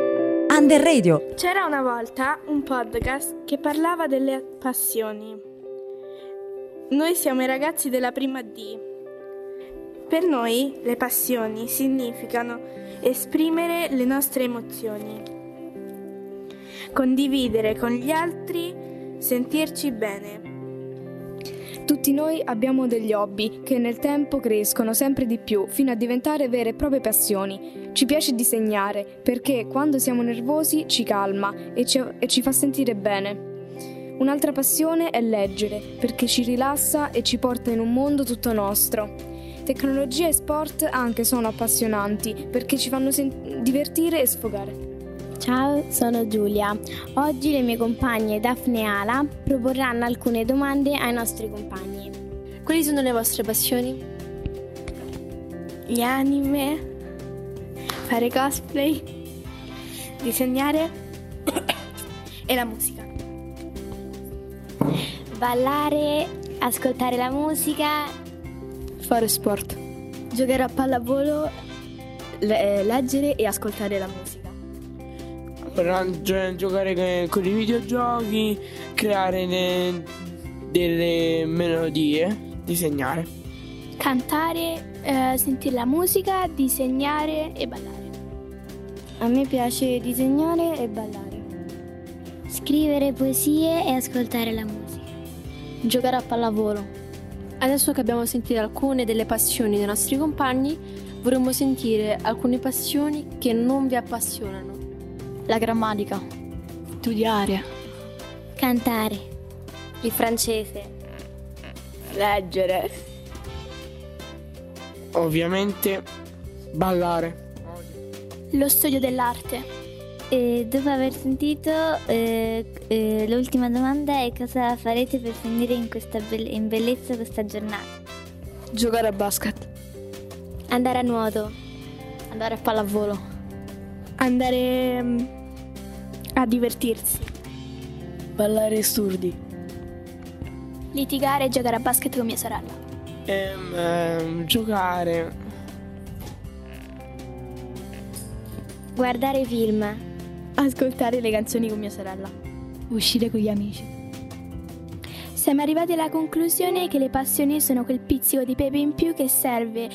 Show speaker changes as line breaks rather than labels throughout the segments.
Under Radio.
C'era una volta un podcast che parlava delle passioni. Noi siamo i ragazzi della prima D. Per noi le passioni significano esprimere le nostre emozioni, condividere con gli altri, sentirci bene.
Tutti noi abbiamo degli hobby che nel tempo crescono sempre di più fino a diventare vere e proprie passioni. Ci piace disegnare perché quando siamo nervosi ci calma e ci, e ci fa sentire bene. Un'altra passione è leggere perché ci rilassa e ci porta in un mondo tutto nostro. Tecnologia e sport anche sono appassionanti perché ci fanno sen- divertire e sfogare.
Ciao, sono Giulia. Oggi le mie compagne Daphne e Ala proporranno alcune domande ai nostri compagni.
Quali sono le vostre passioni?
Gli anime, fare cosplay, disegnare e la musica.
Ballare, ascoltare la musica,
Fare sport.
Giocare a pallavolo, le- leggere e ascoltare la musica.
Ran- gio- giocare con- con i videogiochi, creare de- delle melodie, disegnare.
cantare, eh, sentire la musica, disegnare e ballare. A me piace disegnare e ballare. Scrivere poesie e ascoltare la musica.
Giocare a pallavolo.
Adesso che abbiamo sentito alcune delle passioni dei nostri compagni, vorremmo sentire alcune passioni che non vi appassionano.
La grammatica.
Studiare.
Cantare. Il francese.
Leggere.
Ovviamente ballare.
Lo studio dell'arte.
E dopo aver sentito eh, eh, l'ultima domanda è cosa farete per finire in, questa belle- in bellezza questa giornata?
Giocare a basket.
Andare a nuoto.
Andare a pallavolo.
Andare mm, a divertirsi.
Ballare sturdi.
Litigare e giocare a basket con mia sorella.
Ehm, ehm, giocare.
Guardare film.
Ascoltare le canzoni con mia sorella.
Uscire con gli amici.
Siamo arrivati alla conclusione che le passioni sono quel pizzico di pepe in più che serve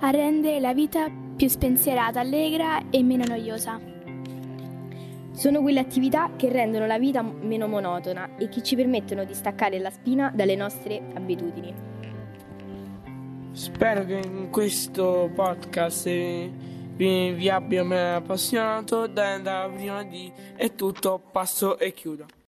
a rendere la vita più spensierata, allegra e meno noiosa.
Sono quelle attività che rendono la vita meno monotona e che ci permettono di staccare la spina dalle nostre abitudini.
Spero che in questo podcast eh, vi, vi abbia appassionato. Da, da prima di è tutto, passo e chiudo.